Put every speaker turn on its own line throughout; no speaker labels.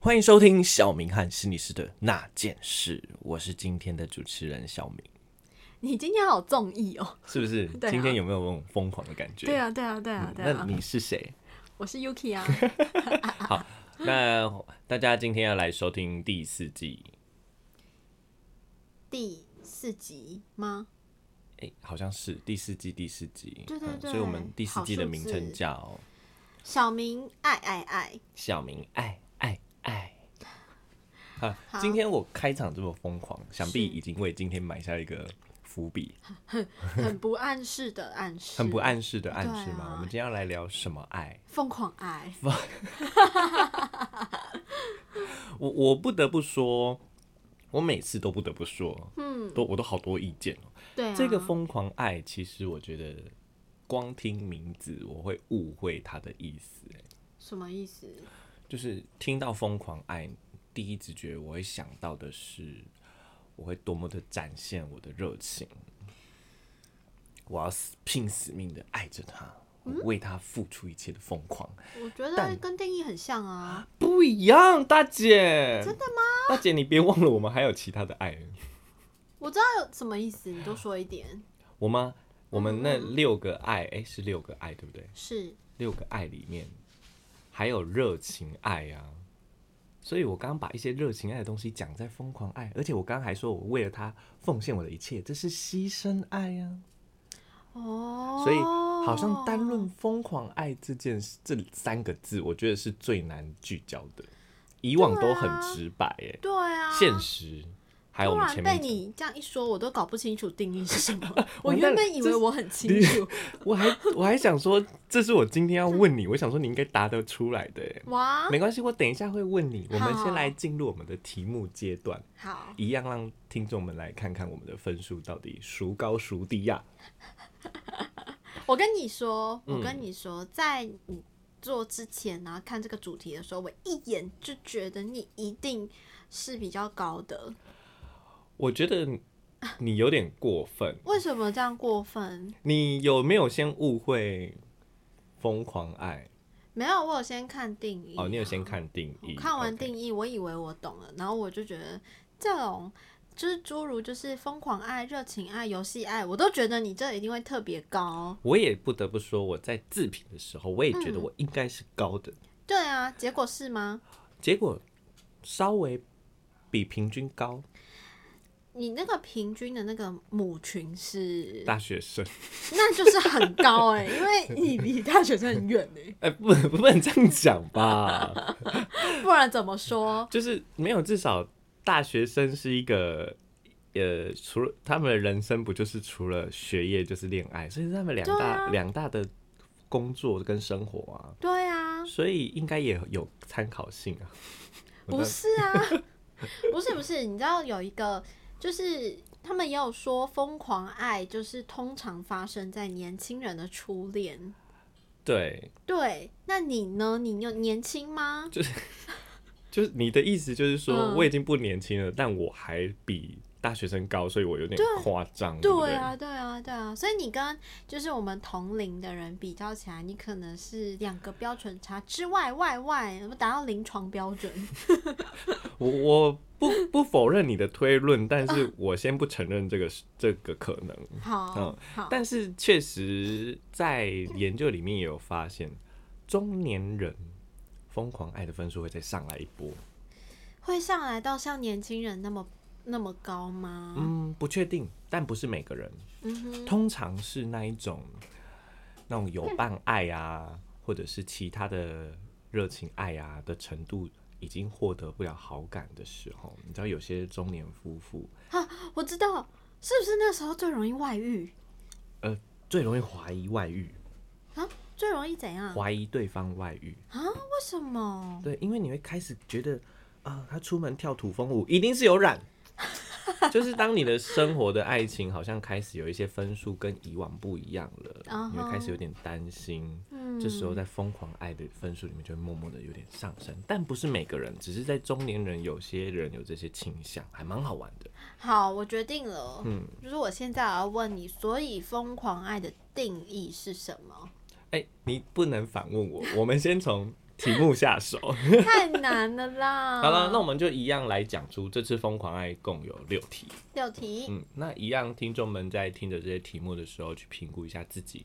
欢迎收听小明和心理师的那件事，我是今天的主持人小明，
你今天好综艺哦。
是不是？
对啊
今天有没有那种疯狂的感觉？
对啊，对啊，对啊，对
嗯那
啊。
你是谁？
我是 Yuki 啊，
那大家今天要来收听第四季，
第四集吗？
哎、好像是第四季第四集，
对对对
所以我们第四季的名
好
称
数字
叫
小明爱爱爱，
小明爱爱爱。啊
好，
今天我开场这么疯狂，想必
是
已经为今天埋下一个伏笔，
很不暗示的暗示，
很不暗示的暗示嘛。
对啊
我们今天要来聊什么爱？
疯狂爱，
我我不得不说，我每次都不得不说，嗯，都我都好多意见哦、
对啊。
这个疯狂爱，其实我觉得光听名字我会误会它的意思、欸
什么意思？
就是听到疯狂爱，第一直觉我会想到的是，我会多么的展现我的热情，我要死拼死命的爱着他，我为他付出一切的疯狂，
我觉得
但
跟定义很像啊。
不一样，大姐，
真的吗？
大姐你别忘了，我们还有其他的爱。
我知道有什么意思，你多说一点。
我吗？我们那
哦
六个爱，哎、是六个爱对不对？
是
六个爱里面还有热情爱啊，所以我刚刚把一些热情爱的东西讲在疯狂爱，而且我刚刚还说我为了他奉献我的一切，这是牺牲爱呀、
哦
啊。，所以好像单论疯狂爱这件事，这三个字，我觉得是最难聚焦的。以往都很直白、哎、
对啊，
现实，还有我
突
们
然
前
被
面讲
你这样一说，我都搞不清楚定义是什么。我
完蛋
原
了
本以
这
为
是
我很清楚，
我还我还想说，这是我今天要问你，我想说你应该答得出来的耶。
哇，
没关系，我等一下会问你。我们
啊好
先来进入我们的题目阶段，
好，
一样让听众们来看看我们的分数到底孰高孰低啊呀、
我跟你说，
嗯
我跟你说，在你做之前然后看这个主题的时候，我一眼就觉得你一定是比较高的。
我觉得你你有点过分，
为什么这样过分？
你有没有先误会疯狂爱？
没有，我有先看定义。
哦，你有先看定义
我，看完
OK
定义我以为我懂了，然后我就觉得这种就是诸如就是疯狂爱、热情爱、游戏爱，我都觉得你这一定会特别高。
我也不得不说，我在自评的时候，我也觉
嗯
得我应该是高的，
对啊，结果是吗？
结果稍微比平均高。
嗯你那个平均的那个母群是，
大学生，
那就是很高 哎、因为你离大学生很远哎、
哎、不能不能这样讲吧？
不然怎么说？
就是没有，至少大学生是一个，呃，除了他们的人生不就是除了学业就是恋爱，所以是他们两
对
大
啊
两、大的工作跟生活啊，
对啊，
所以应该也有参考性啊。我
不
在
是啊， 不是不是，你知道有一个，就是他们也有说疯狂爱，就是通常发生在年轻人的初恋。
对，
对，那你呢？你有年轻吗？
就是你的意思就是说，
嗯
我已经不年轻了，但我还比大学生高，所以我有点夸张，不
对
对？
啊，对啊，对啊，所以你跟就是我们同龄的人比较起来，你可能是两个标准差之外，外外，我们达到临床标准。
我我不不否认你的推论，但是我先不承认这个是这个可能。
好，
嗯
好，
但是确实在研究里面也有发现，中年人疯狂爱的分数会再上来一波。
会上来到像年轻人那么那么高吗？
嗯，不确定，但不是每个人，
嗯哼，
通常是那一种那种有伴爱啊，或者是其他的热情爱啊的程度。已经获得不了好感的时候，你知道有些中年夫妇，
我知道，是不是那时候最容易外遇
呃，最容易怀疑外遇，
啊？最容易怎样啊？
怀疑对方外遇，
为什么？
对，因为你会开始觉得啊，他出门跳土风舞一定是有染， 就是当你的生活的爱情好像开始有一些分数跟以往不一样了
嗯哼
你会开始有点担心。
嗯，
这时候在疯狂爱的分数里面就会默默的有点上升，但不是每个人，只是在中年人有些人有这些倾向，还蛮好玩的。
好，我决定了。
嗯，
就是我现在要问你，所以 疯狂爱的定义是什么？
哎、你不能反问我，我们先从题目下手。
太难了啦。
好了，那我们就一样来讲出这次《疯狂爱》共有六题。
六 题，
嗯，那一样，听众们在听着这些题目的时候，去评估一下自己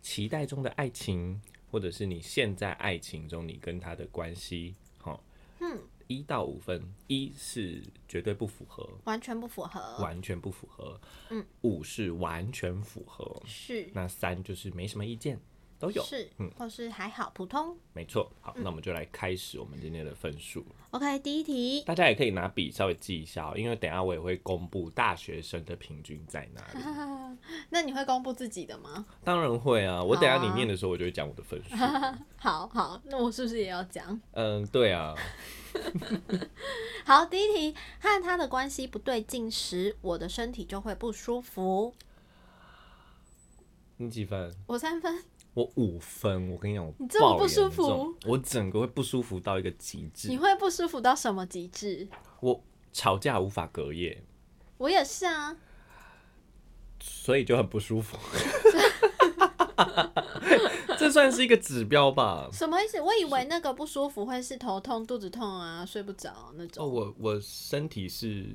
期待中的爱情，或者是你现在爱情中你跟他的关系，好，
嗯，
一到五分，一是绝对不符合，
完全不符合。
完全不符合，
嗯，
五是完全符合，
是
那三就是没什么意见，都有，
是嗯
嗯，
或是还好普通。
没错。好，那我们就来开始我们今天的分数，
OK，第一题，
大家也可以拿笔稍微记一下、哦，因为等一下我也会公布大学生的平均在哪里。
那你会公布自己的吗？
当然会啊，我等一下
好啊
你念的时候，我就会讲我的分 数。
好好，那我是不是也要讲？
嗯，对啊，
好，第一题，和他的关系不对劲时，我的身体就会不舒服。
你几分？
我三分，
我五分。我跟你讲，我
你这么
爆
不舒
严重
服，
我整个会不舒服到一个极
你
致。
会不舒服到什么极致？
我吵架无法隔夜，
我也是啊，
所以就很不舒 服。这算是一个指标吧？
什么意思？我以为那个不舒服会是头痛、肚子痛啊，睡不着那
哦，
种。
我我身体是，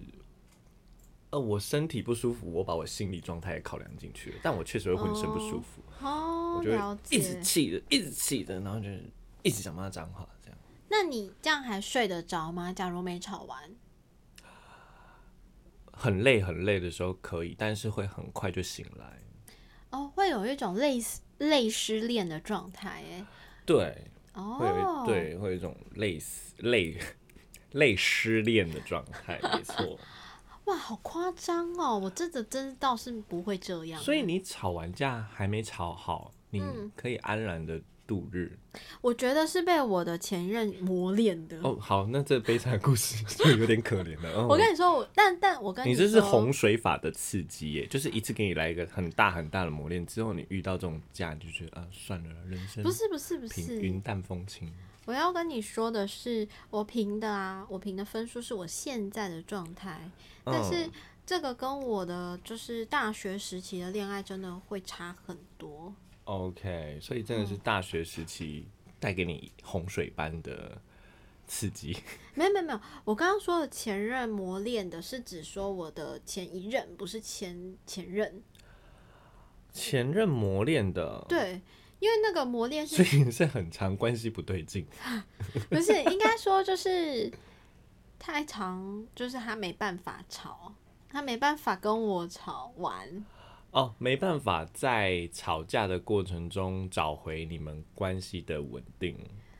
呃，我身体不舒服，我把我心理状态也考量进去了，但我确实会浑身不舒服，
哦，
我就
了
会一
解
直。气的，一直气的，然后就是一直想骂脏话，这样。
那你这样还睡得着吗？假如没吵完，
很累很累的时候可以，但是会很快就醒来。
哦，会有一种类似类失恋的状态，哎，
对，会有一、
哦，，
对，会有一种类似 类类失恋的状态，没错。
哇，好夸张哦！我这个真倒是不会这样，
所以你吵完架还没吵好，你
嗯
可以安然的度日。
我觉得是被我的前任磨练的。
哦，好，那这悲惨的故事 就有点可怜了。哦、
嗯我跟你说，我但但我跟
你
说，
这是洪水法的刺激耶，就是一次给你来一个很大很大的磨练，之后你遇到这种架，你就觉得啊，算了啦，人生
不是不是不
平
是，
云淡风轻。
我要跟你说的是，我评的啊，我评的分数是我现在的状态，但是
嗯、
这个跟我的就是大学时期的恋爱真的会差很多。
OK，所以真的
嗯
是大学时期带给你洪水般的刺激。
没有没有没有，我刚刚说的前任磨练的是指说我的前一任，不是前前任。
前任磨练的，，
对，因为那个磨练 是
所以是很长关系不对劲。
不是，应该说就是太长，就是他没办法吵，他没办法跟我吵完。
哦，没办法在吵架的过程中找回你们关系的稳定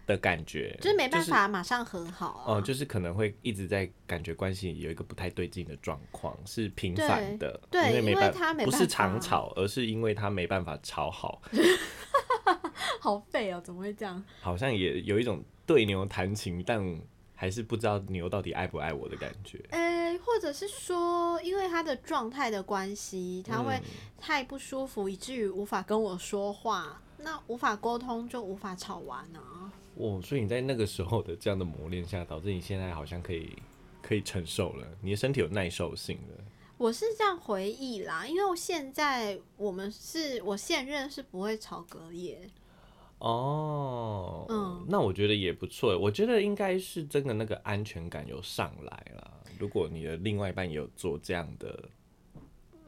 的感觉，
就是没办法马上和好、啊
哦、就是可能会一直在感觉关系有一个不太对劲的状况，是频繁的，
对对
因为没办
因为他没
不
办法
是常吵，而是因为他没办法吵好，
好废哦，怎么会这样？
好像也有一种对牛弹琴，但还是不知道牛到底爱不爱我的感觉。
呃、或者是说，因为他的状态的关系，他会
嗯
太不舒服，以至于无法跟我说话，那无法沟通就无法吵完啊。
哦，所以你在那个时候的这样的磨练下，导致你现在好像可以可以承受了，你的身体有耐受性了。
我是这样回忆啦，因为我现在我们是我现任是不会吵隔夜，
哦，
嗯
那我觉得也不错。我觉得应该是真的那个安全感有上来了。如果你的另外一半也有做这样的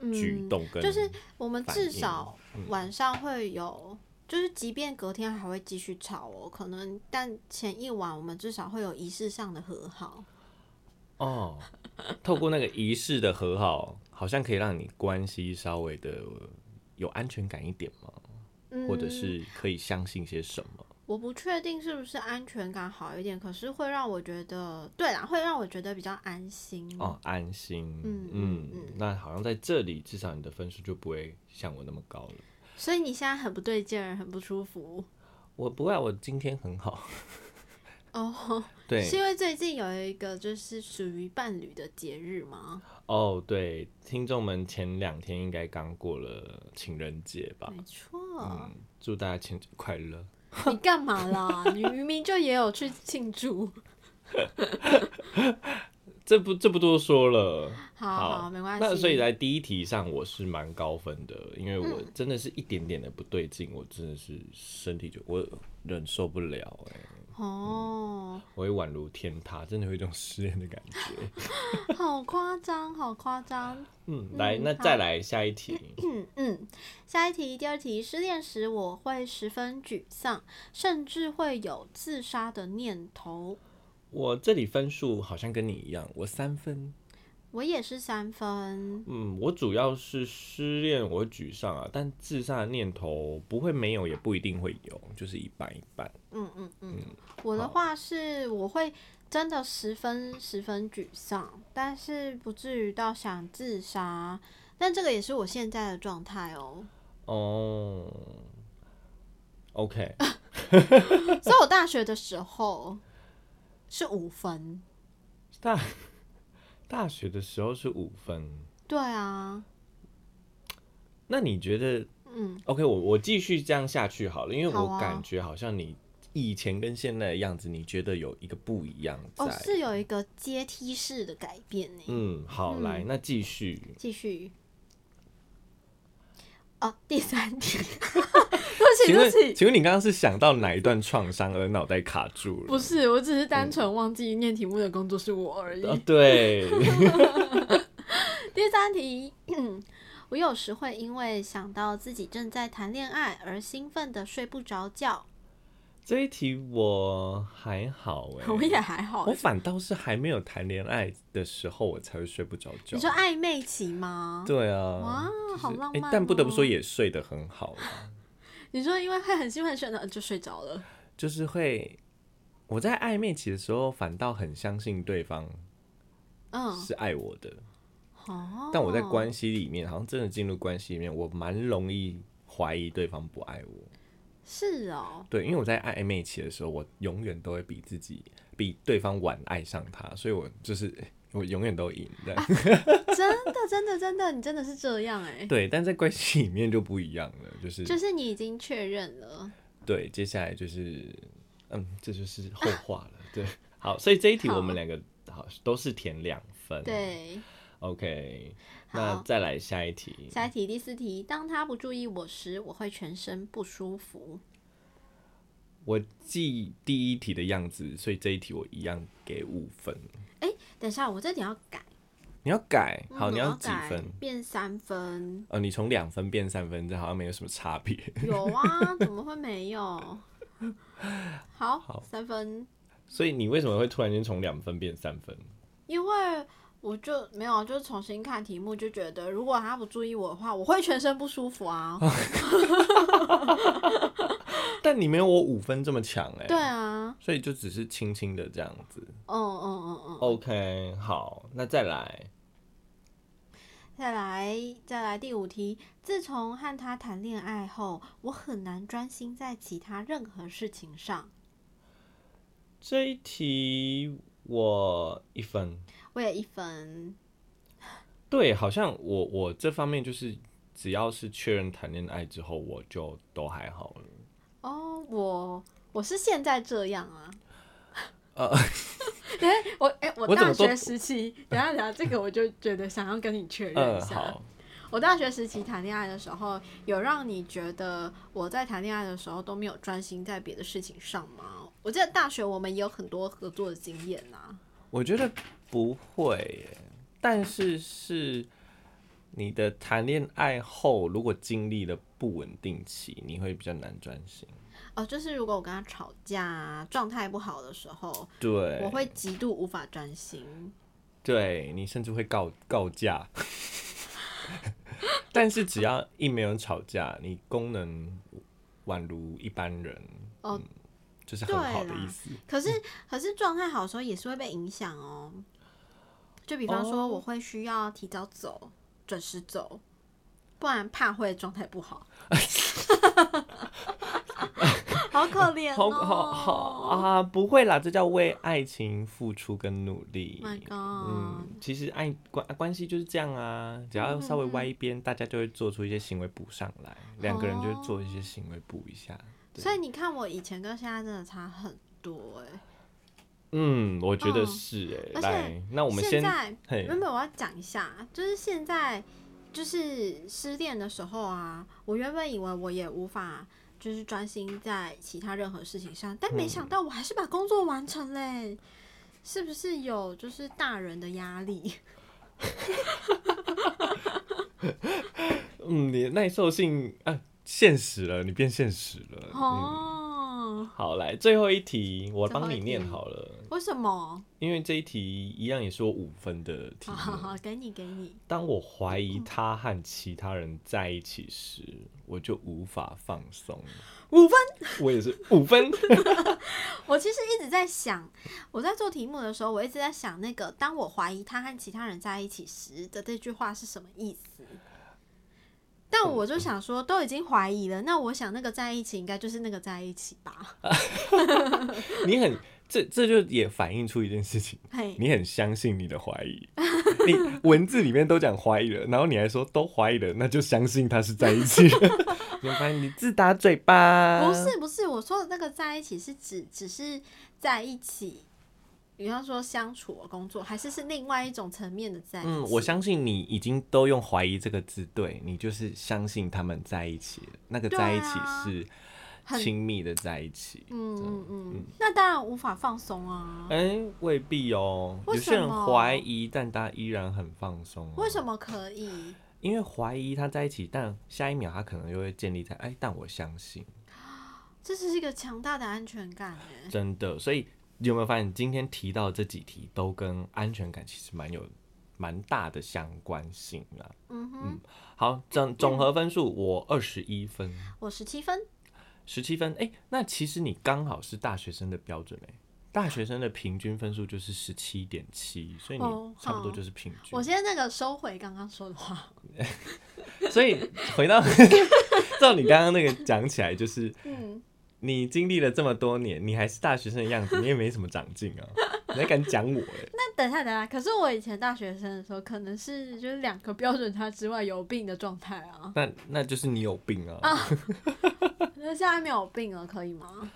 嗯，
举动跟，
就是我们
反
至
应嗯
少晚上会有，就是即便隔天还会继续吵哦，可能但前一晚我们至少会有仪式上的和好。
哦，透过那个仪式的和好，好像可以让你关系稍微的有安全感一点嘛，
嗯，
或者是可以相信些什么。
我不确定是不是安全感好一点，可是会让我觉得，对啦，会让我觉得比较安心。
哦，安心，
嗯
嗯
嗯
那好像在这里，至少你的分数就不会像我那么高了。
所以你现在很不对劲儿，很不舒服
我不会啊，我今天很好。
哦。
对，
是因为最近有一个就是属于伴侣的节日吗？
哦，对，听众们前两天应该刚过了情人节吧？
没错。
嗯，祝大家情人节快乐。
你干嘛啦？你明明就也有去庆祝。
这不这不多说了。
好好，没关系。
那所以在第一题上，我是蛮高分的，因为我
嗯
真的是一点点的不对劲，我真的是身体就我忍受不了哎、
哦，
我会宛如天塌，真的有一种失恋的感 觉。
好夸张，好夸张。
嗯，来，那再来下一 题。
嗯嗯，下一题，第二题，失恋时我会十分沮丧，甚至会有自杀的念头。
我这里分数好像跟你一样，我三分。
我也是三分，
嗯，我主要是失恋，我会沮丧啊，但自杀的念头不会没有，也不一定会有，就是一半一半。
嗯嗯嗯。我的话是，我会真的十分十分沮丧，但是不至于到想自杀。但这个也是我现在的状态哦，
哦，OK，
所以我大学的时候是五分。
大 大学的时候是五分，
对啊，
那你觉得
嗯，
OK？我我继续这样下去好了，因为
好
我
啊
感觉好像你以前跟现在的样子，你觉得有一个不一样在。
哦，是有一个阶梯式的改变呢。
嗯，好，来，那继续。
继续。哦，第三题， 对不起，
请
对
问
不起，，
请问你刚刚是想到哪一段创伤而脑袋卡住了？
不是，我只是单纯忘记念题目的工作是我而已。
啊，对，
第三题，嗯我有时会因为想到自己正在谈恋爱而兴奋的睡不着觉。
这一题我还好哎、
我也还好
我，反倒是还没有谈恋爱的时候，我才会睡不着觉。
你说暧昧期吗？
对啊，
哇
就是
好浪
哎
漫
但不得不说
哦
也睡得很好啦，
你说因为会很兴奋地睡呢就睡着了。
就是会我在暧昧期的时候，反倒很相信对方
嗯，
是爱我的，
哦，
但我在关系里面，好像真的进入关系里面，我蛮容易怀疑对方不爱我。
是哦，
对，因为我在暧昧期的时候，我永远都会比自己比对方晚爱上他，所以我就是我永远都赢的。
真的，真的，真的，你真的是这样 哎、
对，但在关系里面就不一样了，就是嗯
就是你已经确认了。
对，接下来就是嗯，这就是后话了。 对，好，所以这一题我们两个好都是填两分。
对，
，OK，
好
那再来下一题。
下一题，第四题，当他不注意我时，我会全身不舒服。
我记第一题的样子，所以这一题我一样给五分。
等一下，我这点要改。
你要改，好，
嗯
你
我
要
要
几
改
分？
变三分。
呃，你从两分变三分，这好像没有什么差 别。
有啊，怎么会没有？好，
好
三分，
所以你为什么会突然间从两分变三分？
因为我就没有，啊就是重新看题目，就觉得如果他不注意我的话，我会全身不舒服啊。
哦但你没有我五分这么强哎、
对，啊，
所以就只是轻轻的这样子。
嗯嗯嗯嗯。
OK，好，那再来。
再来，再来第五题。自从和他谈恋爱后，我很难专心在其他任何事情上。
这一题我一分，
我也一分，
对，好像我我这方面就是只要是确认谈恋爱之后，我就都还好了。
哦，我我是现在这样啊。呃，等一下我哎、我
我怎
大
么都
学时期，等一下等一下，这个我就觉得想要跟你确认
嗯
一，下。
好，
我大学时期谈恋爱的时候，有让你觉得我在谈恋爱的时候都没有专心在别的事情上吗？我记得大学我们也有很多合作的经验呐、
我觉得不会耶，但是是你的谈恋爱后，如果经历了不稳定期，你会比较难专心。
哦，就是如果我跟他吵架啊、状态不好的时候，
对，
我会极度无法专心。
对你甚至会告告假。 但是只要一没有吵架，你功能宛如一般人，
哦
嗯就是很好的
对啦
意思。
可是，可是状态好的时候也是会被影响哦。就比方说，
哦
我会需要提早走，准时走，不然怕会状态不好。 好可怜
好
哦！
好好啊，不会啦，这叫为爱情付出跟努力。
My God！、
嗯，其实爱关关系就是这样啊，只要稍微歪一边，大家就会做出一些行为补上来，两个人就会做一些行为补一下。对
所以你看，我以前跟现在真的差很多哎、
嗯，我觉得
嗯
是哎、
而且
来，那我们
现
先
在嗯
嘿
原本我要讲一下，就是现在就是失恋的时候啊，我原本以为我也无法就是专心在其他任何事情上，但没想到我还是把工作完成嘞，是不是有就是大人的压力？
嗯，你的耐受性啊，现实了，你变现实了。嗯，
哦，
好，来最后一题，我
最后
帮
一
你念
题
好了，
为什么？
因为这一题一样也是我五分的题
好
目。
好好，给你给你，
当我怀
嗯
疑他和其他人在一起时，我就无法放松。
五分。
我也是五分。
我其实一直在想，我在做题目的时候，我一直在想那个“当我怀疑他和其他人在一起时”的这句话是什么意思。但我就想说，都已经怀疑了，那我想那个在一起应该就是那个在一起吧？
你很这这就也反映出一件事情，
嘿，
你很相信你的怀疑。 你文字里面都讲怀疑了，然后你还说都怀疑了，那就相信他是在一起了。 你会发现你自打嘴巴。
不是不是，我说的那个在一起是指只是在一起，比方说相处、工作，还是是另外一种层面的在一起？
嗯，我相信你已经都用怀疑这个字，对你就是相信他们在一起了，那个
对
在一
啊
起
很
是亲密的在一起。
嗯嗯嗯，那当然无法放松啊。
哎、未必哦。有
为
些
什么
人怀疑，但他依然很放松、哦。
为什
么？
么可以？
因为怀疑他在一起，但下一秒他可能又会建立在哎，但我相信，
这是一个强大的安全感哎。
真的。所以你有没有发现，今天提到这几题都跟安全感其实蛮有蛮大的相关性啊。
嗯哼，
好，
嗯
总总和分数我二十一分，
我十七分，
十七分。哎、那其实你刚好是大学生的标准哎、大学生的平均分数就是十七点七，所以你
哦
差不多
好
就是平均。
我现在那个收回刚刚说的话，
所以回到照你刚刚那个讲起来，就是
嗯，
你经历了这么多年，你还是大学生的样子，你也没什么长进 啊，你还敢讲我哎、
那等一下等一下，可是我以前大学生的时候，可能是就是两个标准差之外有病的状态 啊，
那那就是你有病啊！
那现在没有病了，可以吗？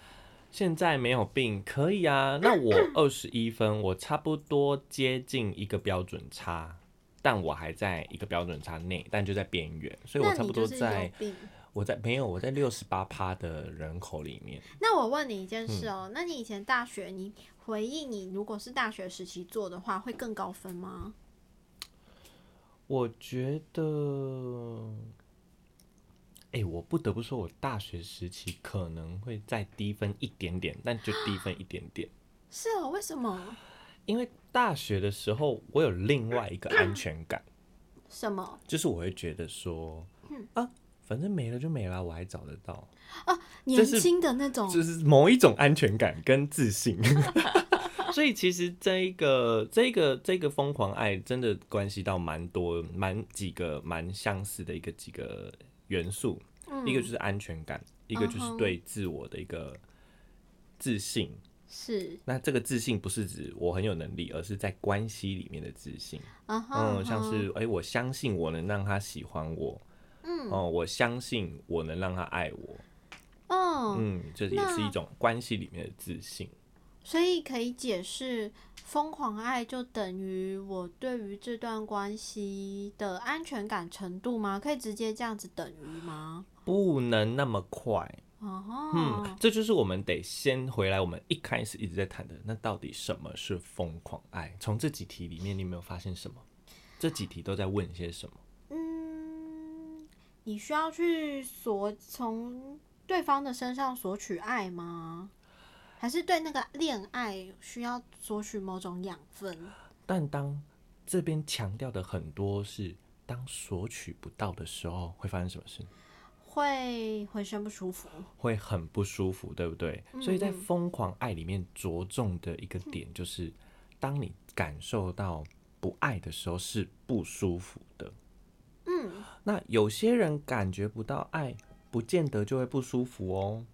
现在没有病可以啊。那我二十一分，我差不多接近一个标准差，但我还在一个标准差内，但就在边缘，所以我
那
差
你
不
就
多
是有
在嗯
病。
我在没有我在六十八趴的人口里面。
那我问你一件事哦，那你以前大学，你回忆你如果是大学时期做的话，会更高分吗？
我觉得，哎、我不得不说，我大学时期可能会再低分一点点，但就低分一点点。
是哦，为什么？
因为大学的时候，我有另外一个安全感，
什么？
就是我会觉得说，啊，反正没了就没了，啊我还找得到，
年
是
轻的那 种，
就是某一种安全感跟自信。 所以其实这一个、这个、这个疯狂爱，真的关系到蛮多、蛮几个、蛮相似的一个几个元素。
嗯
一个就是安全感，一个就
嗯哼
是对自我的一个自信。
是，
那这个自信不是指我很有能力，而是在关系里面的自信。
嗯哼，
嗯，像是诶，我相信我能让他喜欢我。
嗯
哦，我相信我能让他爱我。
嗯，
嗯，这也是
那
一种关系里面的自信。
所以可以解释，疯狂爱就等于我对于这段关系的安全感程度吗？可以直接这样子等于吗？
不能那么快，
哦，
嗯，这就是我们得先回来，我们一开始一直在谈的，那到底什么是疯狂爱？从这几题里面，你有没有发现什么？这几题都在问些什么？
嗯，你需要去索从对方的身上索取爱吗？还是对那个恋爱需要索取某种养分？
但当这边强调的很多是，当索取不到的时候，会发生什么事？
会浑身不舒服，
会很不舒服，对不对？所以在疯狂爱里面着重的一个点就是，当你感受到不爱的时候是不舒服的。
嗯，
那有些人感觉不到爱，不见得就会不舒服哦。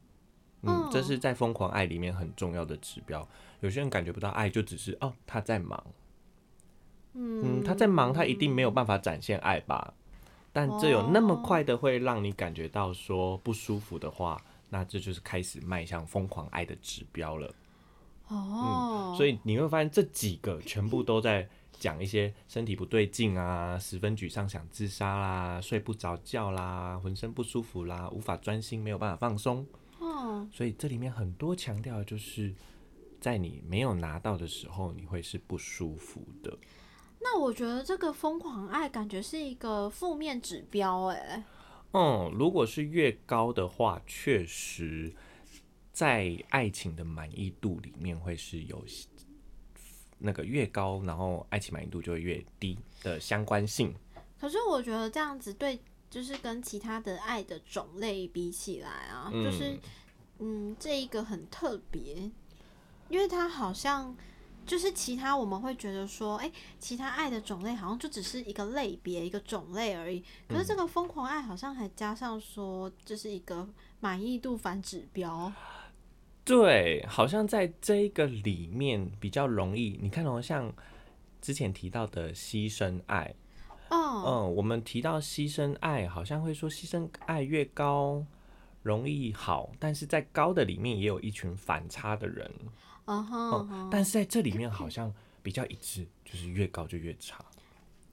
嗯
嗯，
这是在疯狂爱里面很重要的指标。有些人感觉不到爱，就只是哦他在忙，嗯，他在忙，他一定没有办法展现爱吧？但这有那么快的会让你感觉到说不舒服的话，那这就是开始迈向疯狂爱的指标了。
哦，
嗯所以你会发现这几个全部都在讲一些身体不对劲啊，十分沮丧想自杀啦，睡不着觉啦，浑身不舒服啦，无法专心，没有办法放松。
哦，
所以这里面很多强调的就是，在你没有拿到的时候，你会是不舒服的。
那我觉得这个疯狂爱感觉是一个负面指标，哎，
嗯，如果是越高的话，确实在爱情的满意度里面会是有那个越高，然后爱情满意度就会越低的相关性。
可是我觉得这样子对，就是跟其他的爱的种类比起来啊，就是嗯，这一个很特别，因为它好像就是其他我们会觉得说，哎、其他爱的种类好像就只是一个类别、一个种类而已。可是这个疯狂爱好像还加上说，这是一个满意度反指标。
对，好像在这一个里面比较容易，你看哦，像之前提到的牺牲爱，
哦，
嗯，我们提到牺牲爱，好像会说牺牲爱越高容易好，但是在高的里面也有一群反差的人，
嗯哼，嗯哼
嗯，但是在这里面好像比较一致，就是越高就越 差。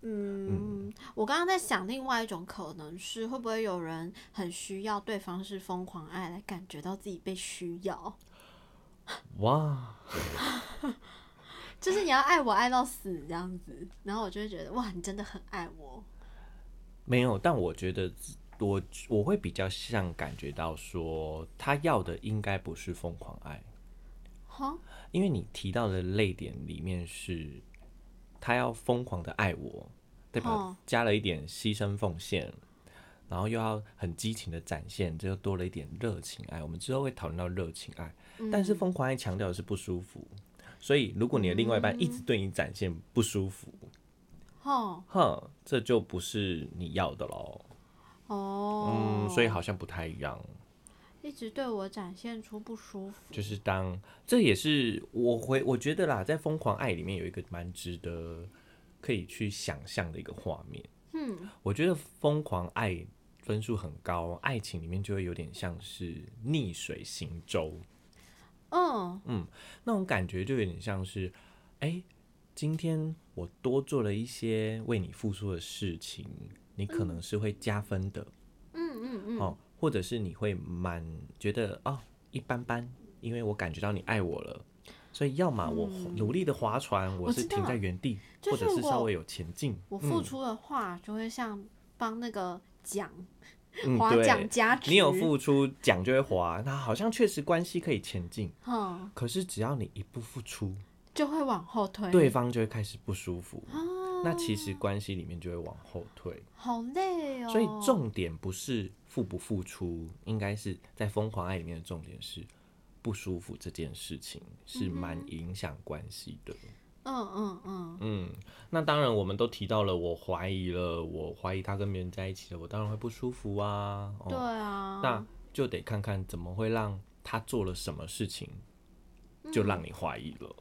嗯，我刚刚在想另外一种可能是，会不会有人很需要对方是疯狂爱来感觉到自己被需要？
哇，
就是你要爱我爱到死这样子，然后我就会觉得哇，你真的很爱我。
没有，但我觉得我我会比较像感觉到说，他要的应该不是疯狂爱，
哈，
因为你提到的泪点里面是，他要疯狂的爱我，对吧
哦？
加了一点牺牲奉献，然后又要很激情的展现，这又多了一点热情爱。我们之后会讨论到热情爱，
嗯
但是疯狂爱强调的是不舒服，所以如果你的另外一半一直对你展现不舒服，
哈，
哼，这就不是你要的喽。
哦，
嗯，所以好像不太一样。
一直对我展现出不舒服。
就是当这也是我回我觉得啦，在《疯狂爱》里面有一个蛮值得可以去想象的一个画面。
嗯，
我觉得《疯狂爱》分数很高，爱情里面就会有点像是逆水行舟
嗯，
那种感觉，就有点像是，哎、今天我多做了一些为你付出的事情，你可能是会加分的。
嗯嗯嗯，
哦，或者是你会蛮觉得哦一般般，因为我感觉到你爱我了，所以要么我努力的划船，我
嗯我
是
知道
停在原地，
就
或
是
者是
我
稍微有前进，
我付出的话就会像帮那个奖
嗯，
划奖
对，
加值。
你有付出奖就会划，那好像确实关系可以前进，
嗯，
可是只要你一不付出，
就会往后推。
对方就会开始不舒服，
啊，
那其实关系里面就会往后退。
好累哦。
所以重点不是付不付出，应该是在《疯狂爱》里面的重点是不舒服这件事情是蛮影响关系的。
嗯嗯嗯，
嗯，那当然我们都提到了，我怀疑了，我怀疑他跟别人在一起了，我当然会不舒服啊。哦、
对啊，
那就得看看怎么会让他做了什么事情，就
嗯
让你怀疑了。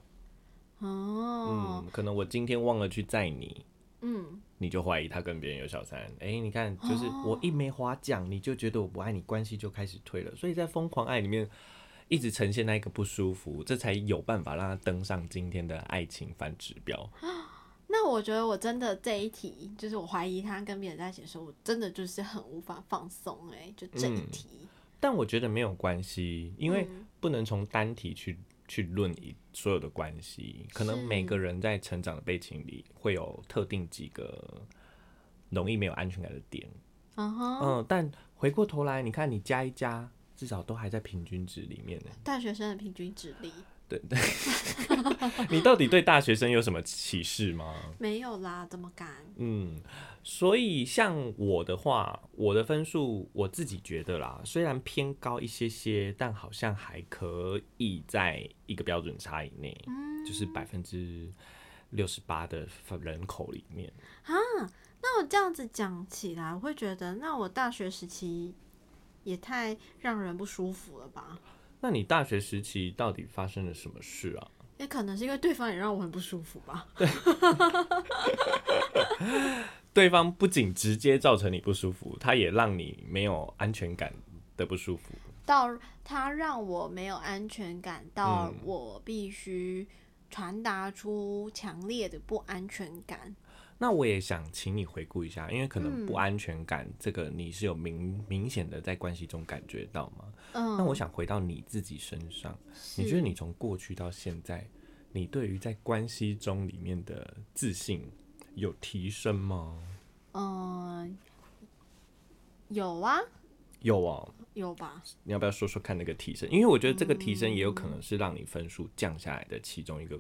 哦，
嗯，可能我今天忘了去载你，
嗯，哦
你就怀疑他跟别人有小三。哎、你看，就是我一没划桨，你就觉得我不爱你，关系就开始退了。所以在《疯狂爱》里面，一直呈现那一个不舒服，这才有办法让他登上今天的爱情反指标。
那我觉得我真的这一题，就是我怀疑他跟别人在一起的时候，我真的就是很无法放松哎、就这
嗯
一题，
但我觉得没有关系，因为
嗯
不能从单体去去论一所有的关系。可能
是
每个人在成长的背景里，会有特定几个容易没有安全感的点。
嗯哼，
嗯，但回过头来，你看你加一加，至少都还在平均值里面呢。
大学生的平均智力
对对，你到底对大学生有什么启示吗？
没有啦，怎么敢？
嗯，所以像我的话，我的分数我自己觉得啦，虽然偏高一些些，但好像还可以在一个标准差以内，就是百分之六十八的人口里面。
那我这样子讲起来，我会觉得，那我大学时期也太让人不舒服了吧？
那你大学时期到底发生了什么事啊？
也可能是因为对方也让我很不舒服吧。
对方不仅直接造成你不舒服，他也让你没有安全感的不舒服。嗯
到他让我没有安全感，到我必须传达出强烈的不安全感。
那我也想请你回顾一下，因为可能不安全感、这个你是有明明显的在关系中感觉到吗？
嗯，
那我想回到你自己身上，你
是
觉得你从过去到现在，你对于在关系中里面的自信有提升吗？
嗯，有啊，
有哦，
有吧？
你要不要说说看那个提升？因为我觉得这个提升也有可能是让你分数降下来的其中一个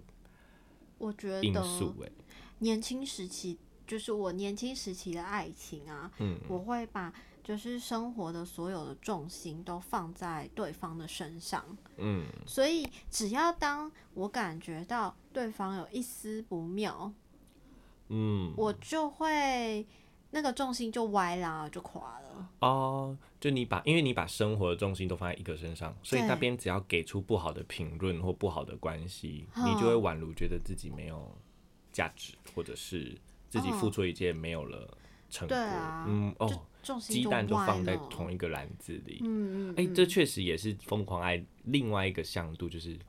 我嗯觉
因
得
素、欸。
年轻时期就是我年轻时期的爱情啊，
嗯，
我会把就是生活的所有的重心都放在对方的身上，
嗯，
所以只要当我感觉到对方有一丝不妙，
嗯，
我就会那个重心就歪啦，就垮了。
哦，就你把，因为你把生活的重心都放在一个身上，所以
对
那边只要给出不好的评论或不好的关系，
嗯
你就会宛如觉得自己没有价值，或者是自己付出一件没有了成果。
哦对啊
嗯，
就
哦，
重心
鸡蛋就
歪了。
放在同一个篮子里。
嗯嗯，
哎、这确实也是疯狂爱另外一个向度，就是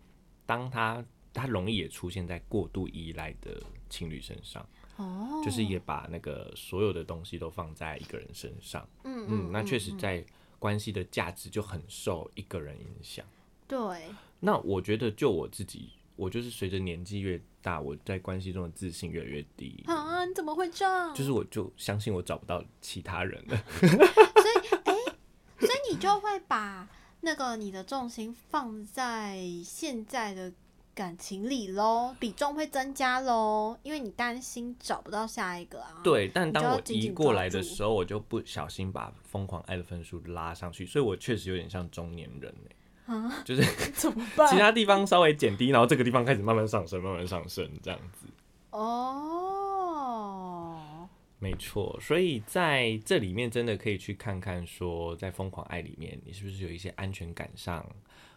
当他他容易也出现在过度依赖的情侣身上，
哦，
就是也把那个所有的东西都放在一个人身上。
嗯
嗯，那确实在关系的价值就很受一个人影响。
对，
那我觉得就我自己，我就是随着年纪越大，我在关系中的自信越来越低。
啊，你怎么会这样？
就是我就相信我找不到其他人
嗯
了，
所以你就会把那个你的重心放在现在的感情里喽，比重会增加喽，因为你担心找不到下一个啊。，
对。但
你就
当
要
我
紧
移
紧
过
抓
来的
住
时候，我就不小心把疯狂爱的分数拉上去，所以我确实有点像中年人欸
啊，
就是
怎么
其
办？
他地方稍微减低，然后这个地方开始慢慢上升，慢慢上升这样子。
哦，
没错，所以在这里面真的可以去看看，说在疯狂爱里面，你是不是有一些安全感上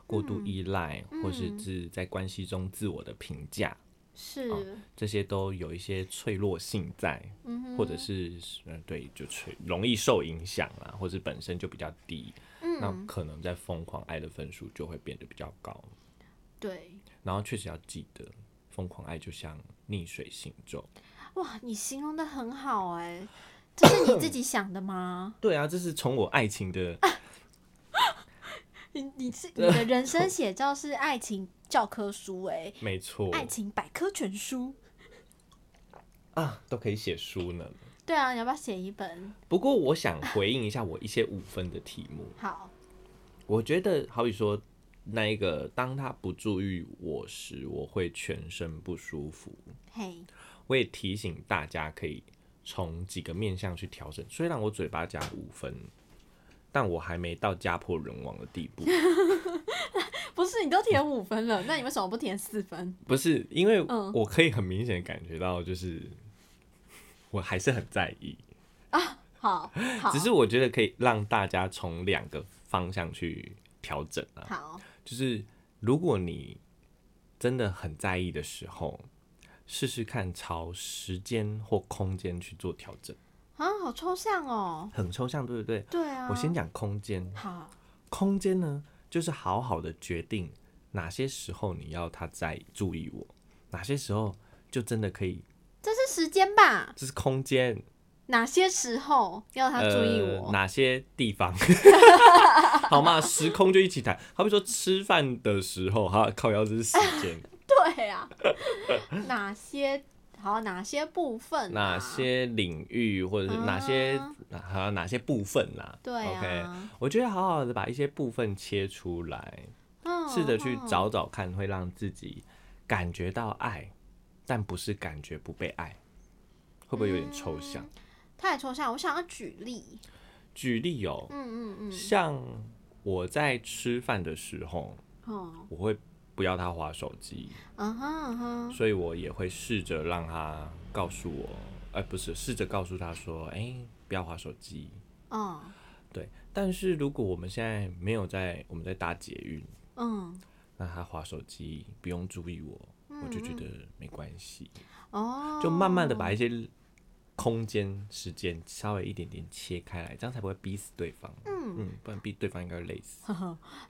过
嗯
度依赖，或是自在关系中自我的评价，啊
是，
这些都有一些脆弱性在，
嗯哼，
或者是嗯对，就脆容易受影响啊，或是本身就比较低，那
嗯，
可能在疯狂爱的分数就会变得比较高。
对，
然后确实要记得，疯狂爱就像逆水行舟。
哇，你形容的很好哎、这是你自己想的 吗？
对啊，这是从我爱情的
你你是你的人生写照是爱情教科书哎、
没错
爱情百科全书。
啊，都可以写书呢。
对啊，你要不要写一本？
不过我想回应一下我一些五分的题目，
好，
我觉得好比说那一个，当他不注意我时，我会全身不舒服。
嘿，
我也提醒大家可以从几个面向去调整。虽然我嘴巴加五分，但我还没到家破人亡的地步。
不是你都填五分了，那你为什么不填四分？
不是因为
嗯
我可以很明显地感觉到，就是我还是很在意。
好，好，
只是我觉得可以让大家从两个方向去调整啊，
好，
就是如果你真的很在意的时候，试试看朝时间或空间去做调整，
啊，好抽象哦。
很抽象，对不对？
对啊，
我先讲空间，
好，
空间呢就是好好的决定哪些时候你要他在注意我，哪些时候就真的可以，
这是时间吧？
这是空间，
哪些时候要他注意
呃
我？
哪些地 方？好嘛，时空就一起谈。好比说吃饭的时候，哈，靠腰这是时间，
对啊，哪些好？哪些部分、
哪？些领域或者是哪些
啊
还有哪些部分啦、
对
OK，
啊，
我觉得好好的把一些部分切出来，
嗯
试着去
嗯
找找看，会让自己感觉到爱，但不是感觉不被爱，会不会有点抽象？
嗯太抽象，我想要举例。
举例哦，
嗯嗯嗯，
像我在吃饭的时候，
哦，
我会不要他划手机，
嗯哼嗯哼，
所以我也会试着让他告诉我，哎、不是，试着告诉他说，哎、不要划手机。
哦，
对，但是如果我们现在没有在我们在搭捷运，
嗯，
那他划手机不用注意我，我就觉得没关系，
哦，
就慢慢的把一些空间、时间稍微一点点切开来，这样才不会逼死对方。嗯不然逼对方应该会累死。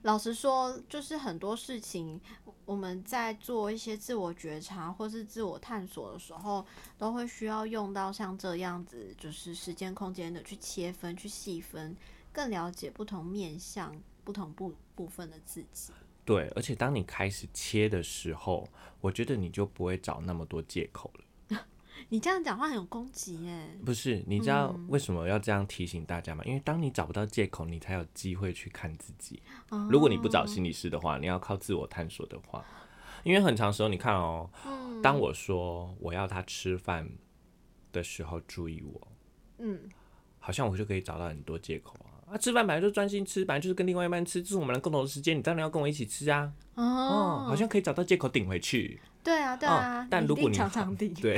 老实说，就是很多事情，我我们在做一些自我觉察或是自我探索的时候，都会需要用到像这样子，就是时间空间的去切分、去细分，更了解不同面向、不同部部分的自己。
对，而且当你开始切的时候，我觉得你就不会找那么多借口了。
你这样讲话很有攻击耶，
不是，你知道为什么要这样提醒大家吗？因为当你找不到借口，你才有机会去看自己。如果你不找心理师的话，你要靠自我探索的话，因为很长时候你看哦，
嗯
当我说我要他吃饭的时候注意我，
嗯，
好像我就可以找到很多借口啊。啊，吃饭本来就专心吃，本来就是跟另外一半吃，这是我们的共同的时间，你当然要跟我一起吃啊。哦，好像可以找到借口顶回去。
对啊，对啊，
哦但如果
你
你
常常地，
对。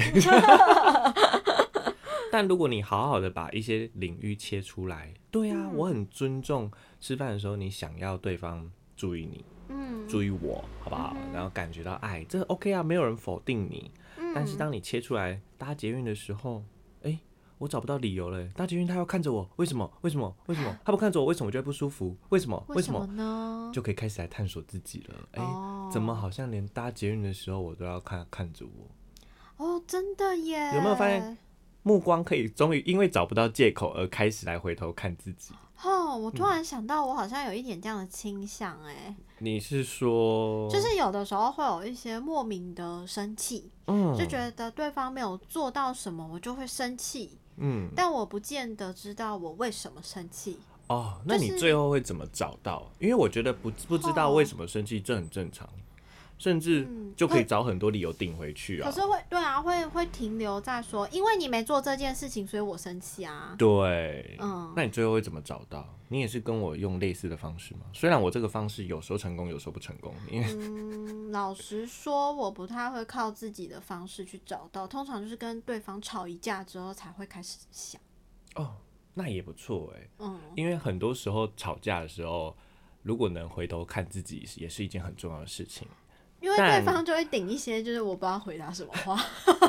但如果你好好的把一些领域切出来，对啊，我
嗯
很尊重吃饭的时候你想要对方注意你，
嗯
注意我，好不好？然后感觉到爱，这 OK 啊，没有人否定你。但是
嗯
当你切出来搭捷运的时候，哎、我找不到理由了。搭捷运他要看着我，为什么？为什么？为什么？他不看着我，为什么我就会不舒服？为什么？为
为
什么？
呢？
就可以开始来探索自己了。哎、
哦
怎么好像连搭捷运的时候我都要看看着我？
哦，真的耶，
有没有发现？目光可以终于因为找不到借口而开始来回头看自己。
哦，我
嗯
突然想到，我好像有一点这样的倾向哎，
你是说，
就是有的时候会有一些莫名的生气，
嗯
就觉得对方没有做到什么，我就会生气，
嗯
但我不见得知道我为什么生气。
哦，那你
就是
最后会怎么找到？因为我觉得不不知道为什么生气，这很正常，甚至
嗯
就可以找很多理由顶回去
可
啊。
是会对啊，会会停留在说，因为你没做这件事情，所以我生气啊。
对，
嗯
那你最后会怎么找到？你也是跟我用类似的方式吗？虽然我这个方式有时候成功，有时候不成功，因为
嗯，老实说，我不太会靠自己的方式去找到，通常就是跟对方吵一架之后才会开始想。
哦，那也不错哎、
嗯，
因为很多时候吵架的时候，如果能回头看自己，也是一件很重要的事情。
因为
但
对方就会顶一些，就是我不知道回答什么话。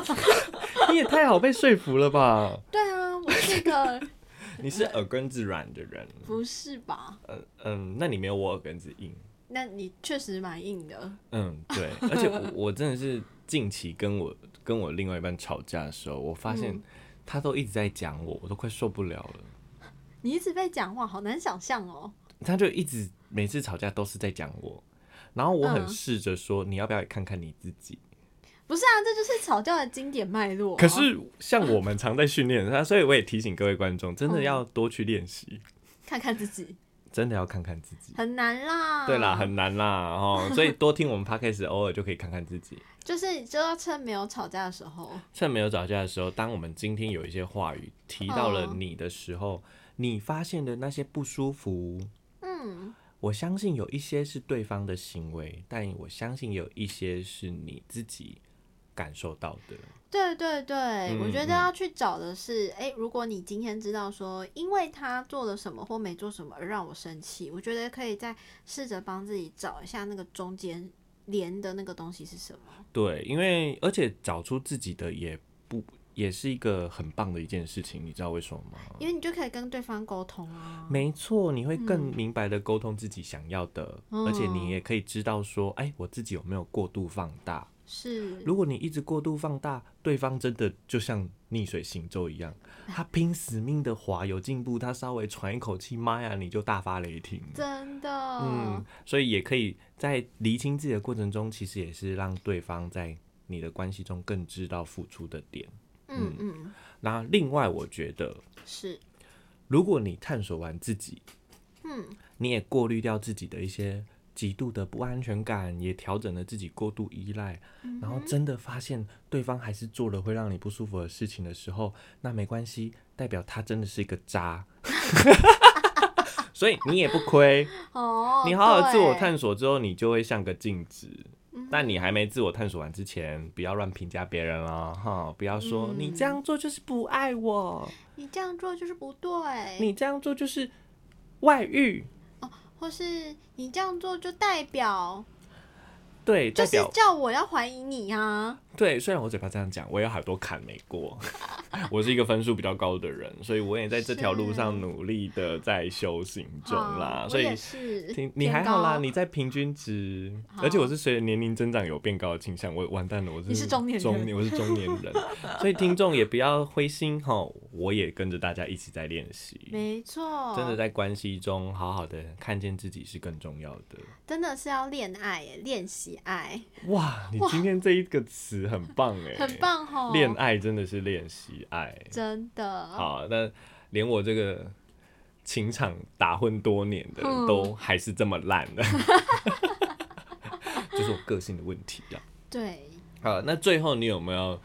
你也太好被说服了吧？
对啊，我是一个
你是耳根子软的人，
不是吧？
嗯嗯，那你没有我耳根子硬，
那你确实蛮硬的。
嗯， 对，而且我我真的是近期跟我跟我另外一半吵架的时候，我发现他都一直在讲我，我都快受不了了。
你一直被讲话，好难想象哦。
他就一直每次吵架都是在讲我，然后我很
嗯
试着说，你要不要也看看你自己？
不是啊，这就是吵架的经典脉络啊、
可是像我们常在训练他，所以我也提醒各位观众，真的要多去练习，
看看自己
真的要看看自己。
很难啦。
对啦，很难啦，哦，所以多听我们 podcast，偶尔就可以看看自己。
就是就要趁没有吵架的时候。
趁没有吵架的时候，当我们今天有一些话语提到了
嗯
你的时候，你发现的那些不舒服，
嗯，
我相信有一些是对方的行为，但我相信有一些是你自己感受到的。
对对对，我觉
嗯
得要去找的是，哎、如果你今天知道说，因为他做了什么或没做什么而让我生气，我觉得可以再试着帮自己找一下那个中间连的那个东西是什么。
对，因为而且找出自己的也不也是一个很棒的一件事情，你知道为什么吗？
因为你就可以跟对方沟通啊，
没错，你会更明白的沟通自己想要的，而且你也可以知道说，哎，我自己有没有过度放大？
是，
如果你一直过度放大，对方真的就像逆水行舟一样，他拼死命的滑，有进步，他稍微喘一口气，妈呀，你就大发雷霆。
真的，
嗯，所以也可以在厘清自己的过程中，其实也是让对方在你的关系中更知道付出的点。
嗯嗯，
那另外，我觉得
是，
如果你探索完自己，
嗯，
你也过滤掉自己的一些极度的不安全感，也调整了自己过度依赖，
嗯
然后真的发现对方还是做了会让你不舒服的事情的时候，那没关系，代表他真的是一个 渣。所以你也不亏，
哦，
你好好自我
对
探索之后，你就会像个镜子。但你还没自我探索完之前，不要乱评价别人了哈！不要说、
嗯
你这样做就是不爱我，
你这样做就是不对，
你这样做就是外遇，
或是你这样做就代表
对，
就
代
是
表
叫我要怀疑你啊，
对，虽然我嘴巴这样讲，我也有好多坎没过。 我是一个分数比较高的人，所以我也在这条路上努力的在修行中啦
好。
所
我
以
也是
挺你
偏
还好啦，
高
你在平均值，
好
而且我是随着年龄增长有变高的倾向，我完蛋了，我是
你是中年人
中年我是中年 人，所以听众也不要灰心哈，我也跟着大家一起在练习。
没错，
真的在关系中好好的看见自己是更重要的。
真的是要恋爱耶，练习爱，
哇，你今天这一个词很棒哎，
很。棒哦吼，
恋爱真的是练习爱。
真的
好，那连我这个情场打混多年的
嗯
都还是这么烂 的，就是我个性的问题啊。
对，
好，那最后你有没有要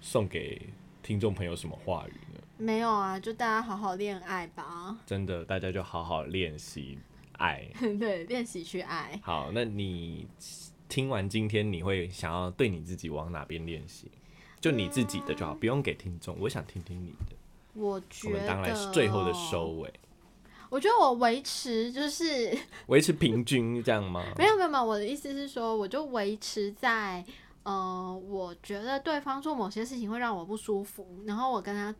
送给听众朋友什么话语呢？
没有啊，就大家好好恋爱吧，
真的，大家就好好练习爱。
对，练习去爱。
好，那你听完今天，你会想要对你自己往哪边练习？就你自己的就好，不用给听众。我想听听你的。
我
我
觉
们
得
当然是最后的收，尾，
我觉得我维持就是
维持平均这样吗？
没有没有没有，我的意思是说，我就维持在，呃，我觉得对方做某些事情会让我不舒服，然后我跟他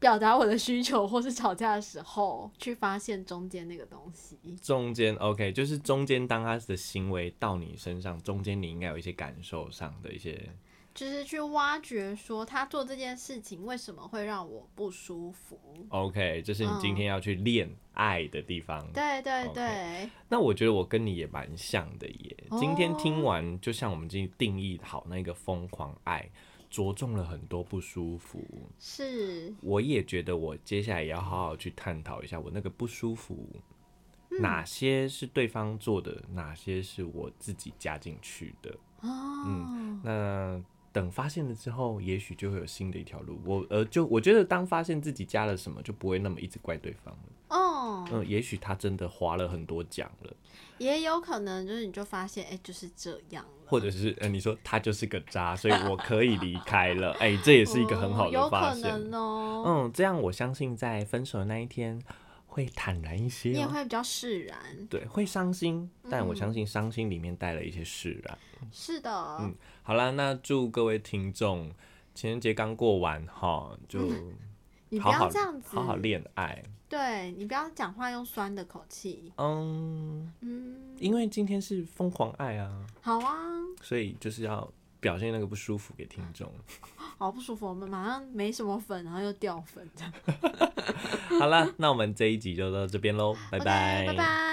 表达我的需求或是吵架的时 候，去发现中间那个东西。
中间 OK，就是中间当他的行为到你身上，中间你应该有一些感受上的一些，
就是去挖掘说他做这件事情为什么会让我不舒服。
OK，这是你今天要去恋爱的地方。
对对
OK
对
那我觉得我跟你也蛮像的耶。
哦
今天听完，就像我们今天定义好那个疯狂爱，着重了很多不舒服。
是，
我也觉得我接下来也要好好去探讨一下我那个不舒服。
嗯
哪些是对方做的，哪些是我自己加进去的？
哦，
嗯那等发现了之后，也许就会有新的一条路。我呃，就我觉得，当发现自己加了什么，就不会那么一直怪对方了。
哦，
嗯，也许他真的花了很多奖了，
也有可能就是你就发现，哎、就是这样了。
或者是呃，你说他就是个渣，所以我可以离开了。哎、这也是一个很好
哦
的发现
有。可能哦，
嗯，这样我相信在分手的那一天会坦然一些、
你也
哦。
会比嗯较释然。
对，会伤心，但我相信伤心里面带了一些释然。
是的，
嗯好啦，那祝各位听众情人节刚过完哈，就。
嗯你不
好好
要这样子，
好好恋爱。
对你不要讲话用酸的口气。
嗯，
嗯，
因为今天是疯狂爱啊，
好啊，
所以就是要表现那个不舒服给听众。
好不舒服，我们马上没什么粉，然后又掉粉这样。
好了，那我们这一集就到这边喽，拜
OK，拜拜。